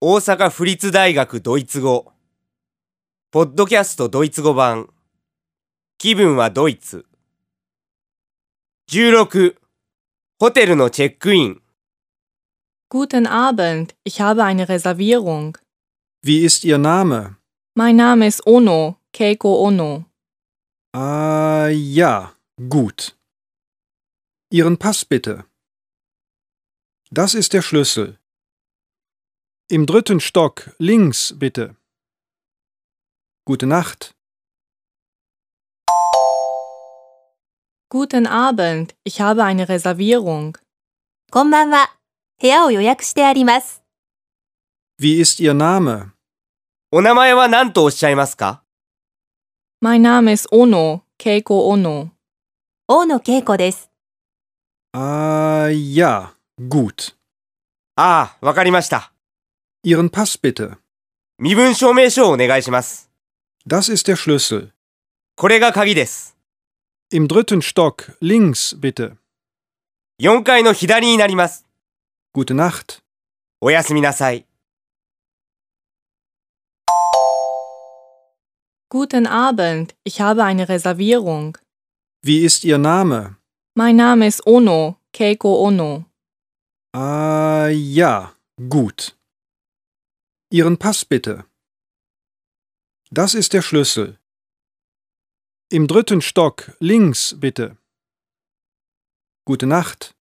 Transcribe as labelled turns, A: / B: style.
A: 大阪府立大学ドイツ語ポッドキャストドイツ語版気分はドイツ16ホテルのチェックイン
B: Guten Abend, ich habe eine Reservierung.
C: Wie ist Ihr Name?
B: Mein Name ist Ono, Keiko Ono.
C: Ah, ja, gut. Ihren Pass bitte. Das ist der Schlüssel. Im dritten Stock, links bitte. Gute Nacht.
B: Guten Abend, ich habe eine Reservierung.
D: こんばんは。部屋を予約してあります。
C: Wie ist Ihr Name?
A: お名前は何とおっしゃいますか
B: Mein Name ist Ono, Keiko Ono.
D: 大野恵子です。
C: Ah, ja, gut.
A: ああ、わかりました。
C: Ihren Pass bitte.
A: 身分証明書をお願いします。
C: Das ist der Schlüssel.
A: これが鍵です。
C: Im dritten Stock, links bitte.
A: 4階の左になります。
C: Gute Nacht.
A: おやすみなさい。
B: Guten Abend, ich habe eine Reservierung.
C: Wie ist Ihr Name?
B: Mein Name ist Ono, Keiko Ono.
C: Ah, ja, gut. Ihren Pass bitte. Das ist der Schlüssel. Im dritten Stock, links bitte. Gute Nacht.